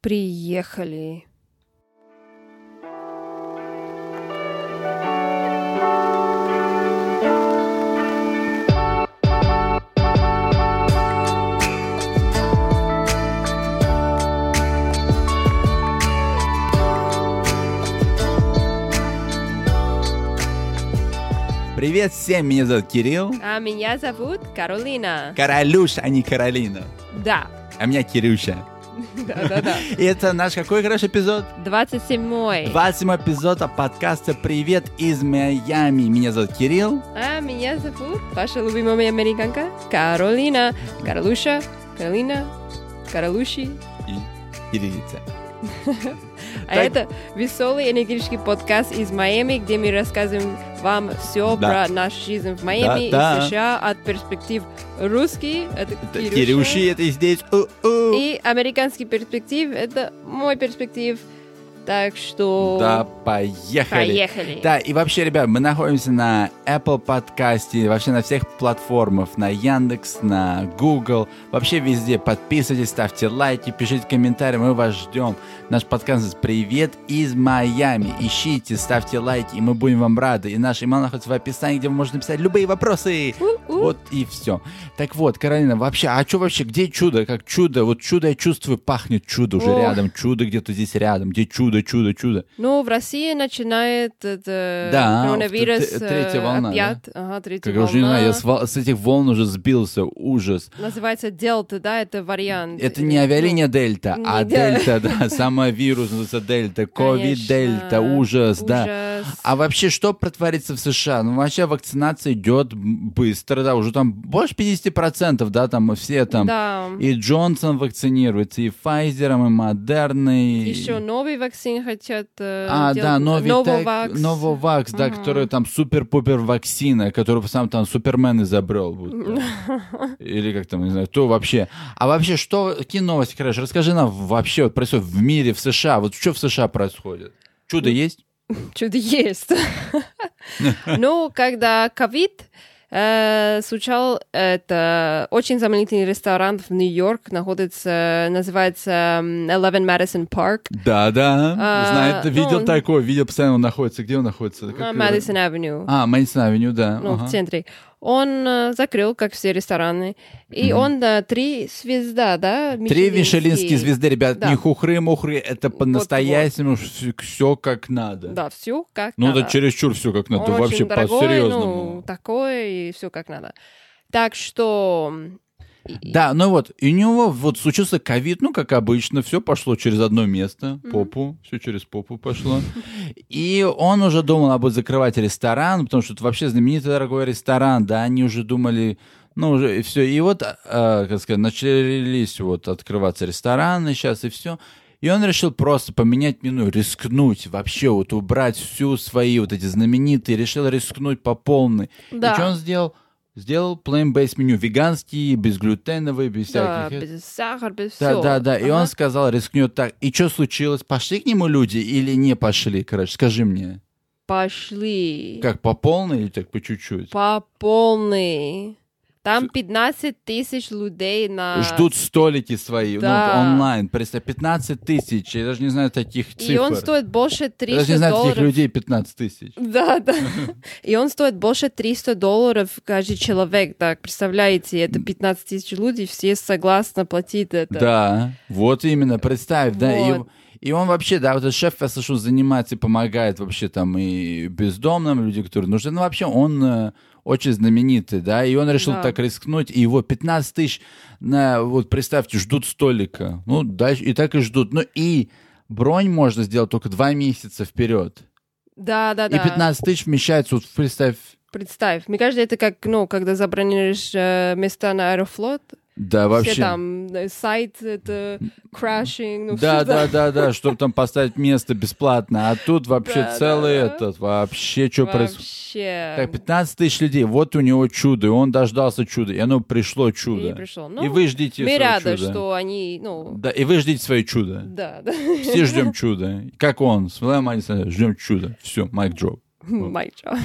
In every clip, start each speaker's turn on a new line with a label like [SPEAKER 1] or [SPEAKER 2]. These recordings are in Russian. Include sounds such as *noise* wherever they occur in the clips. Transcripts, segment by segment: [SPEAKER 1] Приехали.
[SPEAKER 2] Привет всем, меня зовут Кирилл.
[SPEAKER 1] А меня зовут Каролина.
[SPEAKER 2] Королюш, а не Каролина.
[SPEAKER 1] Да.
[SPEAKER 2] А меня Кирюша.
[SPEAKER 1] Да-да-да.
[SPEAKER 2] И это наш какой хороший эпизод?
[SPEAKER 1] 27-й.
[SPEAKER 2] 27 эпизод подкаста «Привет из Майами». Меня зовут Кирилл.
[SPEAKER 1] А меня зовут ваша любимая американка Каролина. Каролуша, Каролина, Каролуши.
[SPEAKER 2] И Кириллица.
[SPEAKER 1] А
[SPEAKER 2] Так.
[SPEAKER 1] это веселый энергетический подкаст из Майами, где мы рассказываем вам все
[SPEAKER 2] Да.
[SPEAKER 1] про нашу жизнь в Майами
[SPEAKER 2] Да,
[SPEAKER 1] и
[SPEAKER 2] да.
[SPEAKER 1] США от перспектив русский, это
[SPEAKER 2] Это
[SPEAKER 1] Кирюша,
[SPEAKER 2] Кирюши, это здесь. У-у.
[SPEAKER 1] и американский перспектив, это мой перспектив. Так что
[SPEAKER 2] Да, поехали.
[SPEAKER 1] поехали.
[SPEAKER 2] Да, и вообще, ребят, мы находимся на Apple подкасте, вообще на всех платформах, на Яндекс, на Google, вообще везде. Подписывайтесь, ставьте лайки, пишите комментарии, мы вас ждем. Наш подкаст называется «Привет из Майами». Ищите, ставьте лайки, и мы будем вам рады. И наш имейл находится в описании, где вы можете написать любые вопросы.
[SPEAKER 1] У-у.
[SPEAKER 2] Вот и все. Так вот, Каролина, вообще, а что вообще, где чудо? Как чудо? Вот чудо я чувствую, пахнет чудо уже
[SPEAKER 1] Ох.
[SPEAKER 2] рядом, чудо где-то здесь рядом. Где чудо, чудо, чудо?
[SPEAKER 1] Ну, в России начинает это э,
[SPEAKER 2] Да,
[SPEAKER 1] коронавирус.
[SPEAKER 2] вот т- третья
[SPEAKER 1] э,
[SPEAKER 2] волна,
[SPEAKER 1] опять. Ага, третья
[SPEAKER 2] Как я уже не
[SPEAKER 1] волна.
[SPEAKER 2] знаю, я с, вол- с этих волн уже сбился, ужас.
[SPEAKER 1] Называется Делта, да, это вариант.
[SPEAKER 2] Это не авиалиния Дельта,
[SPEAKER 1] Ну, не да.
[SPEAKER 2] а Дельта, да, сама вирус называется Дельта,
[SPEAKER 1] Конечно.
[SPEAKER 2] ковид-дельта, ужас, да.
[SPEAKER 1] Ну, Ужас.
[SPEAKER 2] А вообще, что протворится в США? Ну, вообще, вакцинация идет м, быстро, да, уже там больше 50%, да, там все там.
[SPEAKER 1] Да.
[SPEAKER 2] И Джонсон вакцинируется, и Файзером, и Модерной. и-
[SPEAKER 1] Еще новый вакцин хотят э,
[SPEAKER 2] А,
[SPEAKER 1] делать.
[SPEAKER 2] да, новый
[SPEAKER 1] Нововакс.
[SPEAKER 2] Нововакс, да,
[SPEAKER 1] Мгм.
[SPEAKER 2] который там супер-пупер вакцина, которую сам там Супермен изобрел. будто. Или как там, не знаю, то вообще. А вообще, что, какие новости, короче, расскажи нам вообще, вот происходит в мире, в США, вот что в США происходит?
[SPEAKER 1] Ну,
[SPEAKER 2] Чудо есть?
[SPEAKER 1] Чудо
[SPEAKER 2] *laughs*
[SPEAKER 1] есть. Ну, когда ковид э, случал, это очень знаменитый ресторан в Нью-Йорк, находится, называется м, Eleven Madison Park,
[SPEAKER 2] Да-да,
[SPEAKER 1] А,
[SPEAKER 2] знает,
[SPEAKER 1] ну,
[SPEAKER 2] видел
[SPEAKER 1] он-
[SPEAKER 2] такой, видел постоянно, он находится, где он находится? Как
[SPEAKER 1] на
[SPEAKER 2] его?
[SPEAKER 1] Madison Avenue.
[SPEAKER 2] А, Мэдисон Авеню, да.
[SPEAKER 1] ну,
[SPEAKER 2] ага.
[SPEAKER 1] в центре. Он э, закрыл, как все рестораны. И
[SPEAKER 2] Мгм.
[SPEAKER 1] он да, три звезда, да?
[SPEAKER 2] Три
[SPEAKER 1] мишелинские.
[SPEAKER 2] вишелинские звезды, ребят,
[SPEAKER 1] Да.
[SPEAKER 2] не хухры-мухры, это по-настоящему все как надо.
[SPEAKER 1] Да, все как
[SPEAKER 2] Ну,
[SPEAKER 1] надо.
[SPEAKER 2] это чересчур все как надо,
[SPEAKER 1] Он очень
[SPEAKER 2] вообще
[SPEAKER 1] дорогой,
[SPEAKER 2] по-серьезному.
[SPEAKER 1] ну, такое, и все как надо. Так что... м, и-
[SPEAKER 2] Да, ну вот, и у него вот случился ковид, ну, как обычно, все пошло через одно место,
[SPEAKER 1] Мгм.
[SPEAKER 2] попу, все через попу пошло. И он уже думал, а будет закрывать ресторан, потому что это вообще знаменитый дорогой ресторан, да, они уже думали, ну, уже и все. И вот, а, как сказать, начались вот открываться рестораны сейчас и все. И он решил просто поменять меню, рискнуть вообще, вот убрать всю свои вот эти знаменитые, решил рискнуть по полной.
[SPEAKER 1] Да.
[SPEAKER 2] И что он сделал? Сделал plain-based меню, веганский, безглютеновый, без
[SPEAKER 1] Да,
[SPEAKER 2] всяких... э?
[SPEAKER 1] без сахара, без
[SPEAKER 2] Да,
[SPEAKER 1] всего.
[SPEAKER 2] да, да. И
[SPEAKER 1] Ага.
[SPEAKER 2] он сказал, рискнет так. И что случилось? Пошли к нему люди или не пошли? Короче, скажи мне.
[SPEAKER 1] Пошли.
[SPEAKER 2] Как, по полной или так по чуть-чуть?
[SPEAKER 1] По полной. Там 15 тысяч людей на...
[SPEAKER 2] Ждут столики свои,
[SPEAKER 1] Да.
[SPEAKER 2] ну, онлайн. Представь, 15 тысяч. Я даже не знаю таких цифр.
[SPEAKER 1] И он стоит больше
[SPEAKER 2] Я
[SPEAKER 1] 300
[SPEAKER 2] даже не знаю
[SPEAKER 1] долларов.
[SPEAKER 2] таких людей 15 тысяч.
[SPEAKER 1] Да, да. И он стоит больше 300 долларов каждый человек, так, представляете, это 15 тысяч людей, все согласны платить это.
[SPEAKER 2] Да, вот именно, представь, да, и,
[SPEAKER 1] Вот.
[SPEAKER 2] и он вообще, да, вот этот шеф, я слышу, занимается и помогает вообще там и бездомным, людям, которые нужны, ну вообще он э, очень знаменитый, да, и он решил
[SPEAKER 1] Да.
[SPEAKER 2] так рискнуть, и его 15 тысяч, на, вот представьте, ждут столика, ну дальше, и так и ждут, ну и бронь можно сделать только два месяца вперед,
[SPEAKER 1] Да, да, да.
[SPEAKER 2] и 15 тысяч вмещается, вот представь,
[SPEAKER 1] Представь, мне кажется, это как, ну, когда забронируешь э, места на Аэрофлот,
[SPEAKER 2] да, вообще...
[SPEAKER 1] все там э, сайт, это крашинг, ну,
[SPEAKER 2] Да,
[SPEAKER 1] всё *laughs*
[SPEAKER 2] да, да, да, чтобы там поставить место бесплатно, а тут вообще
[SPEAKER 1] Да, да,
[SPEAKER 2] целый
[SPEAKER 1] да.
[SPEAKER 2] этот, вообще что происходит?
[SPEAKER 1] Вообще.
[SPEAKER 2] Так, 15 тысяч людей, вот у него чудо, и он дождался чуда, и оно пришло
[SPEAKER 1] И
[SPEAKER 2] чудо.
[SPEAKER 1] пришло. Ну,
[SPEAKER 2] И вы ждите
[SPEAKER 1] мы
[SPEAKER 2] свое
[SPEAKER 1] рады,
[SPEAKER 2] чудо.
[SPEAKER 1] что они, ну,
[SPEAKER 2] Да, и вы ждите свое чудо.
[SPEAKER 1] да, да. *laughs*
[SPEAKER 2] Все ждем чуда. Как он, с Владом Александровичем, ждем чудо. Все, майк дроп.
[SPEAKER 1] *laughs* Майчо.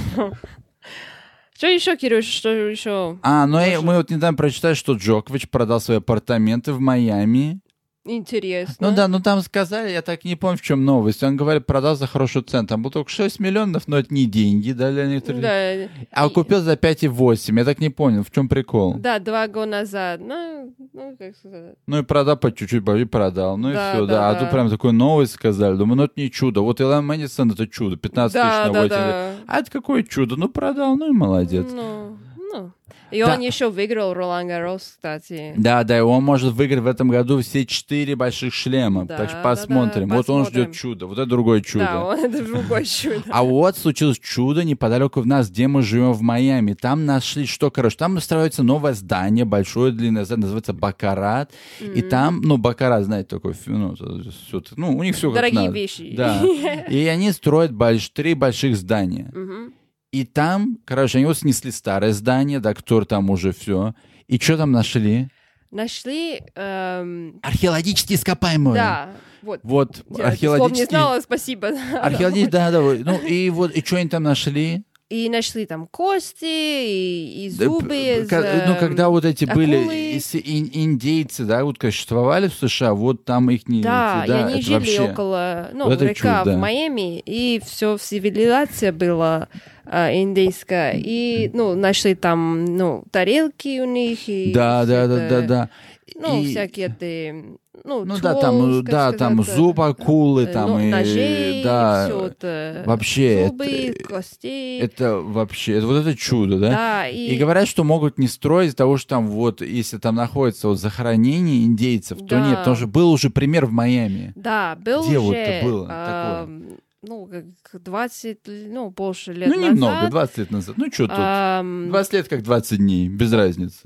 [SPEAKER 1] Что еще, Кирюш, что еще?
[SPEAKER 2] А, ну и
[SPEAKER 1] Даже-
[SPEAKER 2] мы вот недавно прочитали, что Джокович продал свои апартаменты в Майами
[SPEAKER 1] Интересно.
[SPEAKER 2] Ну да, ну там сказали, я так не помню, в чем новость. Он говорит, продал за хорошую цену. Там было только 6 миллионов, но это не деньги, да, для некоторых.
[SPEAKER 1] Да,
[SPEAKER 2] А купил за 5,8. Я так не понял, в чем прикол.
[SPEAKER 1] да, два года назад. Ну, ну как сказать.
[SPEAKER 2] Ну и продал по чуть-чуть, и продал. Ну и
[SPEAKER 1] Да,
[SPEAKER 2] все, да,
[SPEAKER 1] да,
[SPEAKER 2] А
[SPEAKER 1] да.
[SPEAKER 2] тут прям такую новость сказали. Думаю, ну это не чудо. Вот Илон Мэдисон это чудо. 15
[SPEAKER 1] Да,
[SPEAKER 2] тысяч
[SPEAKER 1] да,
[SPEAKER 2] на
[SPEAKER 1] да.
[SPEAKER 2] А это какое чудо? Ну продал, ну и молодец.
[SPEAKER 1] Ну, ну. И
[SPEAKER 2] Да.
[SPEAKER 1] он еще выиграл Ролан Гарос, кстати.
[SPEAKER 2] Да, да, и он может выиграть в этом году все четыре больших шлема.
[SPEAKER 1] Да,
[SPEAKER 2] так что
[SPEAKER 1] да, да,
[SPEAKER 2] посмотрим. вот он
[SPEAKER 1] посмотрим.
[SPEAKER 2] ждет чудо, вот это другое чудо.
[SPEAKER 1] Да, он это другое чудо.
[SPEAKER 2] А вот случилось чудо неподалеку от нас, где мы живем в Майами. Там нашли, что, короче, там строится новое здание, большое, длинное здание, называется Бакарат. И там, ну, Бакарат, знаете, такой, фи- ну, это всё т- ну, у них все как
[SPEAKER 1] Дорогие
[SPEAKER 2] надо.
[SPEAKER 1] вещи. *laughs*
[SPEAKER 2] Да. И они строят больш- три больших здания.
[SPEAKER 1] Мгм.
[SPEAKER 2] И там, короче, они вот снесли старое здание, да, которое там уже все. И что там нашли?
[SPEAKER 1] Нашли... эм,
[SPEAKER 2] Археологические ископаемые.
[SPEAKER 1] Да, вот.
[SPEAKER 2] Вот,
[SPEAKER 1] Я это слово не
[SPEAKER 2] археологические...
[SPEAKER 1] знала, спасибо.
[SPEAKER 2] Археологи- да, да, вот. ну и вот, и что они там нашли?
[SPEAKER 1] И нашли там кости, и, и
[SPEAKER 2] Да,
[SPEAKER 1] зубы.
[SPEAKER 2] п-
[SPEAKER 1] из,
[SPEAKER 2] ка- Ну,
[SPEAKER 1] эм,
[SPEAKER 2] когда вот эти
[SPEAKER 1] акулы.
[SPEAKER 2] были ис- ин- индейцы, да, вот как существовали в США, вот там их не
[SPEAKER 1] Да,
[SPEAKER 2] эти,
[SPEAKER 1] и
[SPEAKER 2] да,
[SPEAKER 1] они
[SPEAKER 2] это
[SPEAKER 1] жили
[SPEAKER 2] вообще.
[SPEAKER 1] около, ну,
[SPEAKER 2] Вот это
[SPEAKER 1] река
[SPEAKER 2] чудо.
[SPEAKER 1] в Майами, и все цивилизация была а, индейская, и, ну, нашли там, ну, тарелки у них, и...
[SPEAKER 2] Да,
[SPEAKER 1] всё
[SPEAKER 2] да, да,
[SPEAKER 1] это,
[SPEAKER 2] да, да.
[SPEAKER 1] Ну,
[SPEAKER 2] И-
[SPEAKER 1] всякие ты, ну,
[SPEAKER 2] Ну да, там, э,
[SPEAKER 1] tools, как
[SPEAKER 2] да, там
[SPEAKER 1] сказать,
[SPEAKER 2] зуб акулы,
[SPEAKER 1] э,
[SPEAKER 2] там
[SPEAKER 1] ну,
[SPEAKER 2] и
[SPEAKER 1] ножей,
[SPEAKER 2] да,
[SPEAKER 1] всё это,
[SPEAKER 2] вообще
[SPEAKER 1] зубы,
[SPEAKER 2] это-
[SPEAKER 1] костей,
[SPEAKER 2] это вообще, это вот это чудо, да?
[SPEAKER 1] да, и,
[SPEAKER 2] И говорят, что могут не строить из-за того, что там вот, если там находится вот захоронение индейцев, то
[SPEAKER 1] Да.
[SPEAKER 2] нет, потому что был уже пример в Майами.
[SPEAKER 1] да, был
[SPEAKER 2] Где
[SPEAKER 1] уже,
[SPEAKER 2] вот это было
[SPEAKER 1] а, ну, как 20, ну, больше лет
[SPEAKER 2] ну,
[SPEAKER 1] назад, А,
[SPEAKER 2] немного, 20 лет назад. Ну, что тут?
[SPEAKER 1] ам,
[SPEAKER 2] 20 лет как 20 дней,
[SPEAKER 1] *laughs*
[SPEAKER 2] без разницы.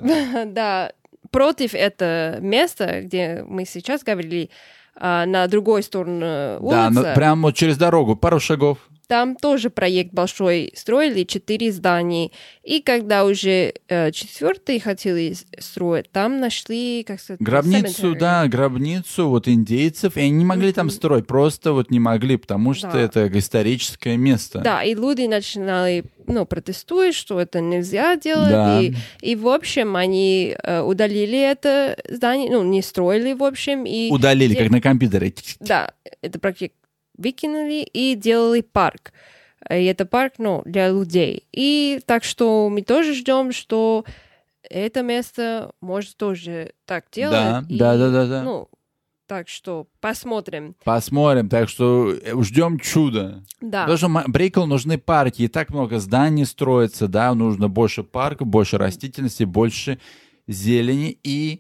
[SPEAKER 1] Да, против это место, где мы сейчас говорили, а, на другой стороне
[SPEAKER 2] Да,
[SPEAKER 1] улицы,
[SPEAKER 2] но прям вот через дорогу, пару шагов.
[SPEAKER 1] там тоже проект большой строили, четыре здания. И когда уже э, четвертый хотели с- строить, там нашли, как сказать,
[SPEAKER 2] Гробницу,
[SPEAKER 1] cemetery.
[SPEAKER 2] да, гробницу вот индейцев, и они не могли там строить, просто вот не могли, потому что
[SPEAKER 1] Да.
[SPEAKER 2] это историческое место.
[SPEAKER 1] Да, и люди начинали, ну, протестуют, что это нельзя делать,
[SPEAKER 2] Да.
[SPEAKER 1] и, и, в общем, они э, удалили это здание, ну, не строили, в общем, и...
[SPEAKER 2] Удалили,
[SPEAKER 1] Где-
[SPEAKER 2] как на компьютере.
[SPEAKER 1] Да, это практически выкинули и делали парк. И это парк, ну, для людей. И так что мы тоже ждем, что это место может тоже так делать.
[SPEAKER 2] Да,
[SPEAKER 1] И,
[SPEAKER 2] да, да, да, да.
[SPEAKER 1] Ну, так что посмотрим.
[SPEAKER 2] Посмотрим, так что э, ждем чуда.
[SPEAKER 1] Да.
[SPEAKER 2] Потому что ма- Брейкл нужны парки, и так много зданий строится, да, нужно больше парков, больше растительности, больше зелени, и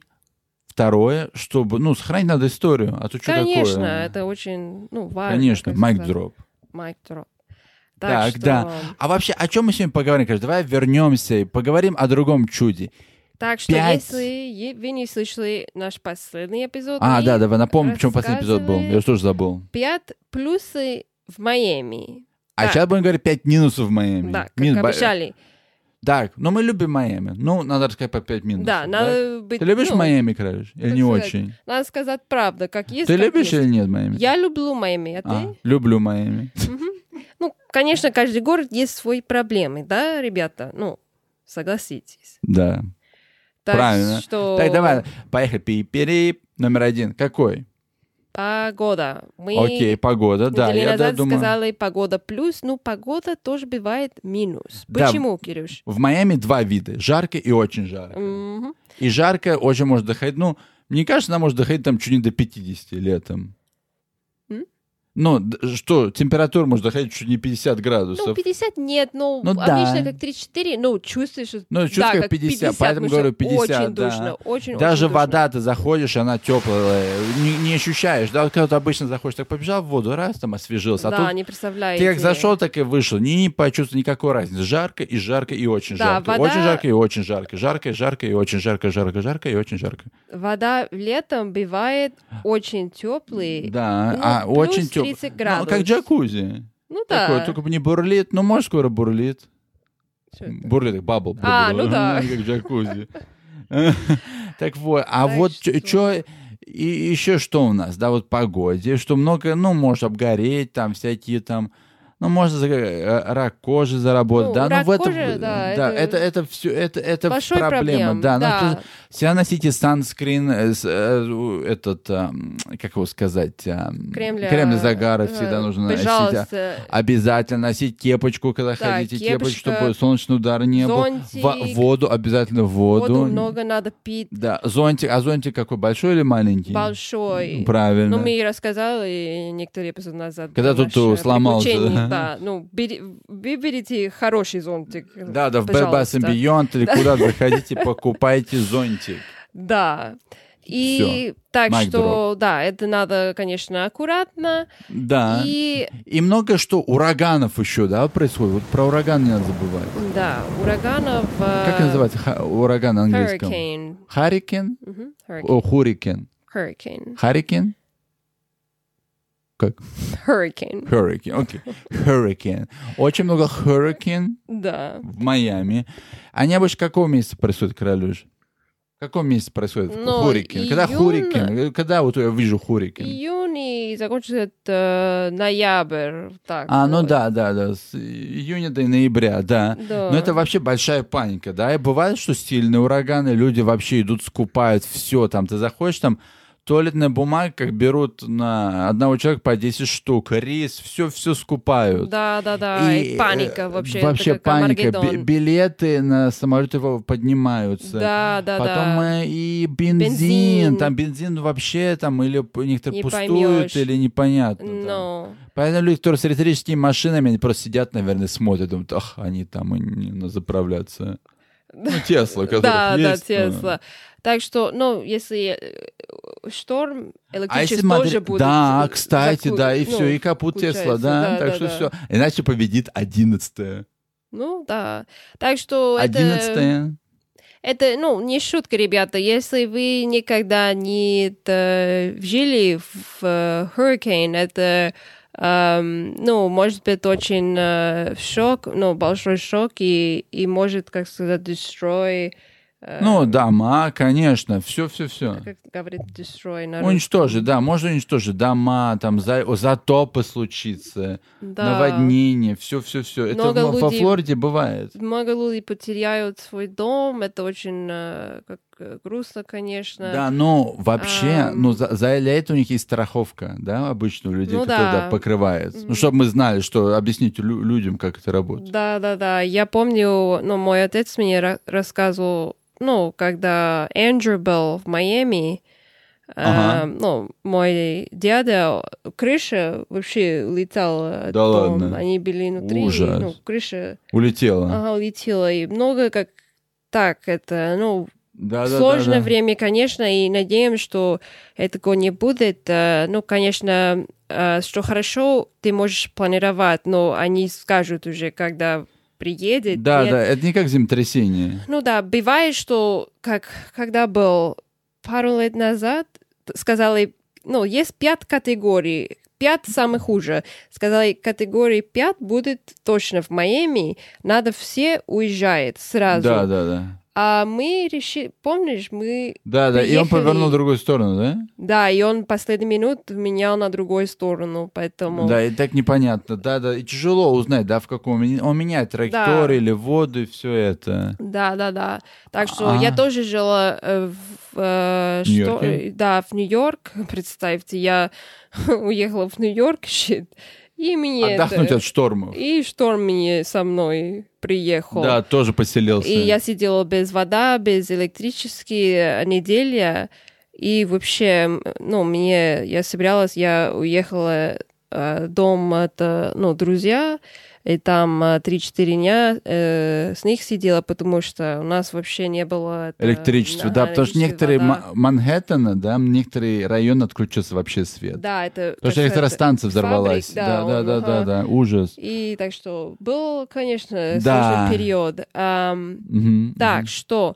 [SPEAKER 2] второе, чтобы, ну, сохранить надо историю, а то что
[SPEAKER 1] Конечно,
[SPEAKER 2] такое?
[SPEAKER 1] это очень, ну, важно.
[SPEAKER 2] Конечно,
[SPEAKER 1] как
[SPEAKER 2] майк
[SPEAKER 1] сказать.
[SPEAKER 2] дроп.
[SPEAKER 1] Майк дроп.
[SPEAKER 2] Так,
[SPEAKER 1] что-
[SPEAKER 2] да. А вообще, о чем мы сегодня поговорим? Короче, давай вернемся и поговорим о другом чуде.
[SPEAKER 1] Так что,
[SPEAKER 2] Пять.
[SPEAKER 1] если е- вы не слышали наш последний эпизод,
[SPEAKER 2] А,
[SPEAKER 1] мы
[SPEAKER 2] да, давай напомним, в чем последний эпизод был. Я
[SPEAKER 1] рассказывали-
[SPEAKER 2] же тоже забыл.
[SPEAKER 1] пять плюсы в Майами.
[SPEAKER 2] А
[SPEAKER 1] Да.
[SPEAKER 2] сейчас будем говорить 5 минусов в Майами.
[SPEAKER 1] Да, как
[SPEAKER 2] Мин- ба-
[SPEAKER 1] обещали.
[SPEAKER 2] Так, но мы любим Майами. Ну, надо рассказать по 5 минусов.
[SPEAKER 1] Да, надо быть...
[SPEAKER 2] Ты любишь
[SPEAKER 1] ну,
[SPEAKER 2] Майами, короче? Или
[SPEAKER 1] как
[SPEAKER 2] не
[SPEAKER 1] сказать,
[SPEAKER 2] очень?
[SPEAKER 1] Надо сказать правду, как есть.
[SPEAKER 2] Ты
[SPEAKER 1] как
[SPEAKER 2] любишь
[SPEAKER 1] есть.
[SPEAKER 2] или нет Майами?
[SPEAKER 1] Я люблю Майами, а ты?
[SPEAKER 2] А, люблю Майами.
[SPEAKER 1] Ну, конечно, каждый город есть свои проблемы, да, ребята? Ну, согласитесь.
[SPEAKER 2] Да.
[SPEAKER 1] Так
[SPEAKER 2] Правильно.
[SPEAKER 1] что...
[SPEAKER 2] Так, давай, поехали. Пи-пи-ри. Номер один. Какой?
[SPEAKER 1] Погода. Мы
[SPEAKER 2] Окей, погода, да.
[SPEAKER 1] неделю
[SPEAKER 2] Я да,
[SPEAKER 1] назад
[SPEAKER 2] думаю.
[SPEAKER 1] сказали погода плюс, но погода тоже бывает минус.
[SPEAKER 2] Да.
[SPEAKER 1] Почему, Кирюш?
[SPEAKER 2] В Майами два вида. Жарко и очень жарко.
[SPEAKER 1] Мгм.
[SPEAKER 2] И жарко очень может доходить. Ну, мне кажется, она может доходить там чуть не до 50 летом.
[SPEAKER 1] М?
[SPEAKER 2] Ну, д- что, температура может доходить чуть не 50
[SPEAKER 1] Ну,
[SPEAKER 2] градусов.
[SPEAKER 1] 50 нет, ну,
[SPEAKER 2] Ну,
[SPEAKER 1] обычно
[SPEAKER 2] да.
[SPEAKER 1] как 3-4, ну, чувствуешь, что...
[SPEAKER 2] Ну, чувствую,
[SPEAKER 1] да,
[SPEAKER 2] как
[SPEAKER 1] как
[SPEAKER 2] 50,
[SPEAKER 1] 50, потому
[SPEAKER 2] поэтому
[SPEAKER 1] что
[SPEAKER 2] говорю 50,
[SPEAKER 1] Очень
[SPEAKER 2] да.
[SPEAKER 1] душно, очень,
[SPEAKER 2] Даже
[SPEAKER 1] очень душно.
[SPEAKER 2] вода, ты заходишь, она теплая, не, не ощущаешь. Да, вот когда ты обычно заходишь, так побежал в воду, раз, там освежился.
[SPEAKER 1] да,
[SPEAKER 2] а тут
[SPEAKER 1] не представляете.
[SPEAKER 2] ты как зашел, так и вышел. Не почувствовал никакой разницы. Жарко и жарко и очень
[SPEAKER 1] Да,
[SPEAKER 2] жарко.
[SPEAKER 1] вода-
[SPEAKER 2] Очень жарко и очень жарко. Жарко и жарко и очень жарко, жарко, жарко и очень жарко.
[SPEAKER 1] Вода летом бывает очень теплой.
[SPEAKER 2] Да,
[SPEAKER 1] Ну,
[SPEAKER 2] а
[SPEAKER 1] плюс
[SPEAKER 2] очень
[SPEAKER 1] 30
[SPEAKER 2] тепло.
[SPEAKER 1] градусов.
[SPEAKER 2] как джакузи.
[SPEAKER 1] Ну да.
[SPEAKER 2] Такое, только бы не бурлит, но может скоро бурлит.
[SPEAKER 1] Чё это?
[SPEAKER 2] Бурлит, как бабл.
[SPEAKER 1] А, ну да.
[SPEAKER 2] *laughs* Как
[SPEAKER 1] *laughs*
[SPEAKER 2] джакузи. Так вот, а
[SPEAKER 1] Так
[SPEAKER 2] вот
[SPEAKER 1] что-
[SPEAKER 2] что... И еще что у нас, да, вот погоде, что много, ну, может обгореть, там всякие там Ну, можно за- э, рак кожи заработать,
[SPEAKER 1] Ну,
[SPEAKER 2] да, но
[SPEAKER 1] рак
[SPEAKER 2] в этом,
[SPEAKER 1] кожи, да,
[SPEAKER 2] да,
[SPEAKER 1] это-
[SPEAKER 2] это, это все, это, это
[SPEAKER 1] Большой
[SPEAKER 2] проблема,
[SPEAKER 1] проблем,
[SPEAKER 2] да,
[SPEAKER 1] да.
[SPEAKER 2] надо всегда носите санскрин, э, с- э, у- этот, а, м, как его сказать, а, м,
[SPEAKER 1] Крем для,
[SPEAKER 2] крем для загара
[SPEAKER 1] э,
[SPEAKER 2] всегда нужно носить,
[SPEAKER 1] пожалуйста,
[SPEAKER 2] а- обязательно носить кепочку, когда
[SPEAKER 1] Да,
[SPEAKER 2] ходите,
[SPEAKER 1] кепочка,
[SPEAKER 2] кепочку, чтобы солнечный удар не был, Во-
[SPEAKER 1] зонтик.
[SPEAKER 2] воду обязательно воду,
[SPEAKER 1] воду много надо пить,
[SPEAKER 2] да, зонтик, а зонтик какой большой или маленький?
[SPEAKER 1] большой.
[SPEAKER 2] Правильно.
[SPEAKER 1] Ну, мы и рассказали некоторые эпизоды назад.
[SPEAKER 2] Когда
[SPEAKER 1] про
[SPEAKER 2] тут,
[SPEAKER 1] наши
[SPEAKER 2] э, сломался,
[SPEAKER 1] приключения,
[SPEAKER 2] да.
[SPEAKER 1] Да, ну, бери- выберите хороший зонтик.
[SPEAKER 2] Да, да, в Bed
[SPEAKER 1] пожалуйста.
[SPEAKER 2] Bath and Beyond или
[SPEAKER 1] *laughs*
[SPEAKER 2] куда заходите, покупайте зонтик.
[SPEAKER 1] Да. И так
[SPEAKER 2] Mic
[SPEAKER 1] что, да, это надо, конечно, аккуратно.
[SPEAKER 2] Да. И...
[SPEAKER 1] И,
[SPEAKER 2] много что ураганов еще, да, происходит. Вот про ураган не надо забывать.
[SPEAKER 1] да, ураганов... э,
[SPEAKER 2] Как называется ха- ураган на английском?
[SPEAKER 1] Hurricane.
[SPEAKER 2] Харикен?
[SPEAKER 1] Мгм, hurricane.
[SPEAKER 2] О, хурикен.
[SPEAKER 1] Hurricane. *laughs*
[SPEAKER 2] Харикен? Как?
[SPEAKER 1] Hurricane.
[SPEAKER 2] Hurricane.
[SPEAKER 1] *laughs*
[SPEAKER 2] Окей. Hurricane. Очень много hurricane
[SPEAKER 1] Да.
[SPEAKER 2] в Майами. Они обычно какого месяца происходят, королюш? В каком месяце происходит
[SPEAKER 1] Ну,
[SPEAKER 2] хурикен? Когда
[SPEAKER 1] июнь-
[SPEAKER 2] хурикен? Когда вот я вижу хурикен?
[SPEAKER 1] Июнь и закончится э, ноябрь. Так, э,
[SPEAKER 2] А, ну
[SPEAKER 1] вот.
[SPEAKER 2] да, да, да, с июня до ноября, да.
[SPEAKER 1] Да.
[SPEAKER 2] Но это вообще большая паника, да. И бывает, что сильные ураганы, люди вообще идут, скупают все там. Ты заходишь там, туалетная бумага, как берут на одного человека по 10 штук, рис, все-все скупают.
[SPEAKER 1] Да, да, да. И,
[SPEAKER 2] И, э,
[SPEAKER 1] паника вообще. это
[SPEAKER 2] Вообще
[SPEAKER 1] как
[SPEAKER 2] паника.
[SPEAKER 1] Армагеддон.
[SPEAKER 2] Би- билеты на самолеты во- поднимаются.
[SPEAKER 1] Да, да,
[SPEAKER 2] Потом
[SPEAKER 1] да.
[SPEAKER 2] э, и бензин,
[SPEAKER 1] Бензин.
[SPEAKER 2] там бензин вообще там или п- некоторые
[SPEAKER 1] Не
[SPEAKER 2] пустуют,
[SPEAKER 1] поймёшь.
[SPEAKER 2] или
[SPEAKER 1] Ну,
[SPEAKER 2] непонятно. там.
[SPEAKER 1] Но
[SPEAKER 2] Поэтому люди, которые с электрическими машинами, они просто сидят, наверное, смотрят, думают, ах, они там и не на заправляться.
[SPEAKER 1] *laughs*
[SPEAKER 2] Ну, Тесла,
[SPEAKER 1] да,
[SPEAKER 2] которых
[SPEAKER 1] да,
[SPEAKER 2] есть. ну.
[SPEAKER 1] Тесла. Так что, ну, если э, шторм,
[SPEAKER 2] А если
[SPEAKER 1] электричество тоже
[SPEAKER 2] смотреть,
[SPEAKER 1] будет.
[SPEAKER 2] да,
[SPEAKER 1] э,
[SPEAKER 2] кстати,
[SPEAKER 1] заку-
[SPEAKER 2] да, и
[SPEAKER 1] ну,
[SPEAKER 2] все, и капут
[SPEAKER 1] включается,
[SPEAKER 2] Тесла, да,
[SPEAKER 1] да,
[SPEAKER 2] так
[SPEAKER 1] да,
[SPEAKER 2] что
[SPEAKER 1] да.
[SPEAKER 2] все, иначе победит одиннадцатая.
[SPEAKER 1] Ну, да. Так что это,
[SPEAKER 2] Одиннадцатая.
[SPEAKER 1] это, ну, не шутка, ребята. Если вы никогда не э, жили в э, hurricane, это, эм, ну, может быть, очень э, шок, ну, большой шок, и, и может, как сказать, destroy... э,
[SPEAKER 2] Ну, дома, конечно, все, все, все.
[SPEAKER 1] как говорит destroy на русском.
[SPEAKER 2] Уничтожить, да, можно уничтожить дома, там за- о, затопы случится,
[SPEAKER 1] Да.
[SPEAKER 2] наводнение, все, все, все. Это
[SPEAKER 1] Много
[SPEAKER 2] во- во
[SPEAKER 1] людей-
[SPEAKER 2] Флориде бывает.
[SPEAKER 1] Много людей потеряют свой дом, это очень э, как, э, грустно, конечно.
[SPEAKER 2] Да, но вообще,
[SPEAKER 1] Ам.
[SPEAKER 2] ну, за, за для этого у них есть страховка, да, обычно у людей,
[SPEAKER 1] Ну да.
[SPEAKER 2] которые да, покрывает.
[SPEAKER 1] Мгм.
[SPEAKER 2] Ну, чтобы мы знали, что объяснить лю- людям, как это работает.
[SPEAKER 1] Да, да, да. Я помню, ну, мой отец мне ра- рассказывал, ну, когда Эндрю был в Майами, э,
[SPEAKER 2] Ага.
[SPEAKER 1] ну, мой дядя, крыша вообще летала. от
[SPEAKER 2] Да
[SPEAKER 1] дома.
[SPEAKER 2] ладно?
[SPEAKER 1] Они были внутри, и,
[SPEAKER 2] Ужас. А.
[SPEAKER 1] ну, крыша
[SPEAKER 2] Улетело.
[SPEAKER 1] ага, улетела, и много как так это, ну,
[SPEAKER 2] Да, да,
[SPEAKER 1] Сложное
[SPEAKER 2] да, да.
[SPEAKER 1] время, конечно, и надеемся, что этого не будет. Э, Ну, конечно, э, что хорошо, ты можешь планировать, но они скажут уже, когда приедет.
[SPEAKER 2] Да,
[SPEAKER 1] нет.
[SPEAKER 2] да, это не как землетрясение.
[SPEAKER 1] Ну да, бывает, что как когда был пару лет назад, т- сказали, ну, есть пять категорий, пять самых хуже. Сказали, категории пять будет точно в Майами, надо все уезжает сразу.
[SPEAKER 2] Да, да, да.
[SPEAKER 1] А мы решили, помнишь, мы
[SPEAKER 2] Да, да, и он
[SPEAKER 1] Приехали-
[SPEAKER 2] повернул в другую сторону, да?
[SPEAKER 1] Да, и он последний минут менял на другую сторону, поэтому...
[SPEAKER 2] Да, и так непонятно. Да, да, и тяжело узнать, да, в каком... Он меняет траекторию или воду и все это.
[SPEAKER 1] да, да. да. Так что
[SPEAKER 2] А.
[SPEAKER 1] я тоже жила э, в... э, что-
[SPEAKER 2] Нью-Йорке?
[SPEAKER 1] Да, в Нью-Йорк, *laughs* представьте, я *laughs* уехала в Нью-Йорк, щит, и мне... это-
[SPEAKER 2] Отдохнуть от штормов.
[SPEAKER 1] И шторм мне со мной приехал.
[SPEAKER 2] Да, тоже поселился.
[SPEAKER 1] И я сидела без вода, без электричества неделя. И вообще, м, ну, мне, я собиралась, я уехала э, дом от, э, ну, друзья, и там э, 3-4 дня э, с них сидела, потому что у нас вообще не было... это-
[SPEAKER 2] Электричество, да, потому что
[SPEAKER 1] электричества,
[SPEAKER 2] некоторые
[SPEAKER 1] да.
[SPEAKER 2] Ма- Манхэттена, да, некоторые районы отключился вообще свет.
[SPEAKER 1] Да, это...
[SPEAKER 2] Потому что
[SPEAKER 1] как сказать,
[SPEAKER 2] электростанция взорвалась.
[SPEAKER 1] фабрик, да,
[SPEAKER 2] Да, да,
[SPEAKER 1] он,
[SPEAKER 2] да, да,
[SPEAKER 1] ага.
[SPEAKER 2] да, ужас.
[SPEAKER 1] И так что был, конечно,
[SPEAKER 2] Да.
[SPEAKER 1] сложный период. Ам,
[SPEAKER 2] Мгм,
[SPEAKER 1] Так,
[SPEAKER 2] мгм.
[SPEAKER 1] что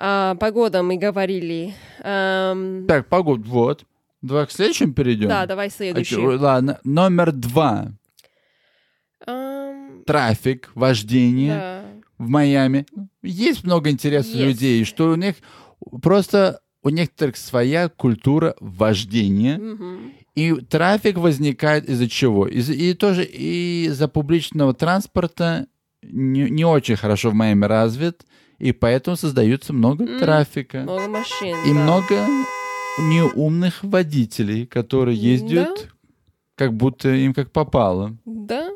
[SPEAKER 1] а, погода мы говорили. Ам,
[SPEAKER 2] Так, погод, вот. Два к следующему перейдем.
[SPEAKER 1] да, давай
[SPEAKER 2] А
[SPEAKER 1] следующий.
[SPEAKER 2] ладно, номер два.
[SPEAKER 1] Ам,
[SPEAKER 2] Трафик, вождение
[SPEAKER 1] да.
[SPEAKER 2] в Майами. Есть много интересных
[SPEAKER 1] Есть.
[SPEAKER 2] людей, что у них просто у некоторых своя культура вождения.
[SPEAKER 1] Мгм.
[SPEAKER 2] И трафик возникает из-за чего? Из, и тоже из-за публичного транспорта не, не очень хорошо в Майами развит, и поэтому создается много
[SPEAKER 1] М,
[SPEAKER 2] трафика.
[SPEAKER 1] Много машин.
[SPEAKER 2] И
[SPEAKER 1] да.
[SPEAKER 2] много неумных водителей, которые ездят, как будто им как попало.
[SPEAKER 1] Да.